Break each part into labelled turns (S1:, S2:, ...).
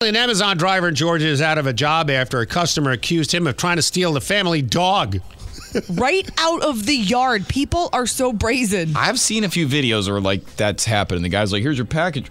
S1: An Amazon driver in Georgia is out of a job after a customer accused him of trying to steal the family dog.
S2: right out of the yard. People are so brazen.
S3: I've seen a few videos where like that's happened, and the guy's like, "Here's your package."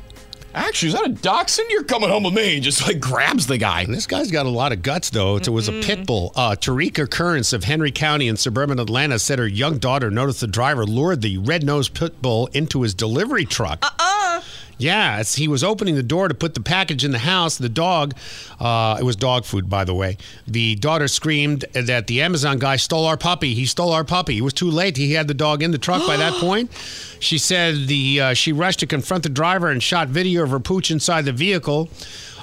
S3: Actually, is that a dachshund? You're coming home with me. And just like grabs the guy.
S1: This guy's got a lot of guts, though. It was a pit bull. Uh, Tarika Currents of Henry County in suburban Atlanta said her young daughter noticed the driver lured the red nosed pit bull into his delivery truck. Uh uh Yeah, as he was opening the door to put the package in the house. The dog, uh, it was dog food, by the way. The daughter screamed that the Amazon guy stole our puppy. He stole our puppy. It was too late. He had the dog in the truck by that point. She said the uh, she rushed to confront the driver and shot video of her pooch inside the vehicle.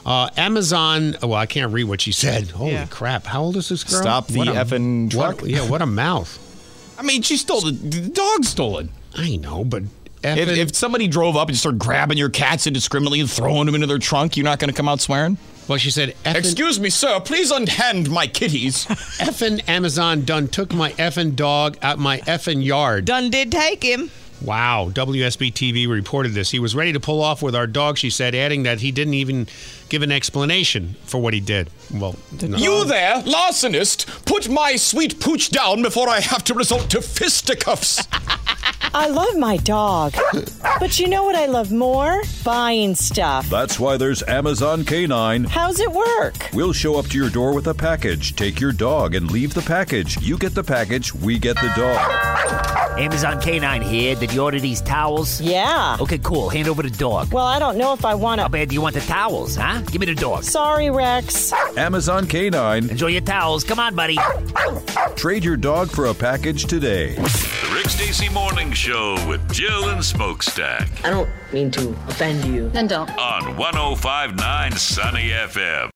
S1: Uh, Amazon. Well, I can't read what she said. Holy
S2: Yeah.
S1: crap! How old is this girl?
S3: Stop the
S1: What
S3: effing
S1: what-
S3: truck.
S1: yeah, what a mouth.
S3: I mean, she stole the, the dog. Stolen.
S1: I know, but
S3: If,
S1: effing,
S3: if somebody drove up and started grabbing your cats indiscriminately and throwing them into their trunk, you're not going to come out swearing.
S1: well, she said effing,
S3: Excuse me, sir. Please unhand my kitties.
S1: effing Amazon done took my effing dog out my effing yard.
S2: Done did take him.
S1: Wow. WSB TV reported this. He was ready to pull off with our dog. She said, adding that he didn't even give an explanation for what he did. Well, no.
S3: You there, larcenist! Put my sweet pooch down before I have to resort to fisticuffs.
S4: I love my dog. but you know what I love more? Buying stuff.
S5: That's why there's Amazon Canine.
S4: How's it work?
S5: We'll show up to your door with a package. Take your dog and leave the package. You get the package, we get the dog.
S6: Amazon K9 here. Did you order these towels?
S4: Yeah.
S6: Okay, cool. Hand over the dog.
S4: Well, I don't know if I want
S6: How
S4: to.
S6: bad do you want the towels, huh? Give me the dog.
S4: Sorry, Rex.
S5: Amazon Canine.
S6: Enjoy your towels. Come on, buddy.
S5: Trade your dog for a package today.
S7: The Rick Stacy Morning Show with Jill and Smokestack
S8: I don't mean to offend you.
S9: Then don't.
S7: on 1059 Sunny FM.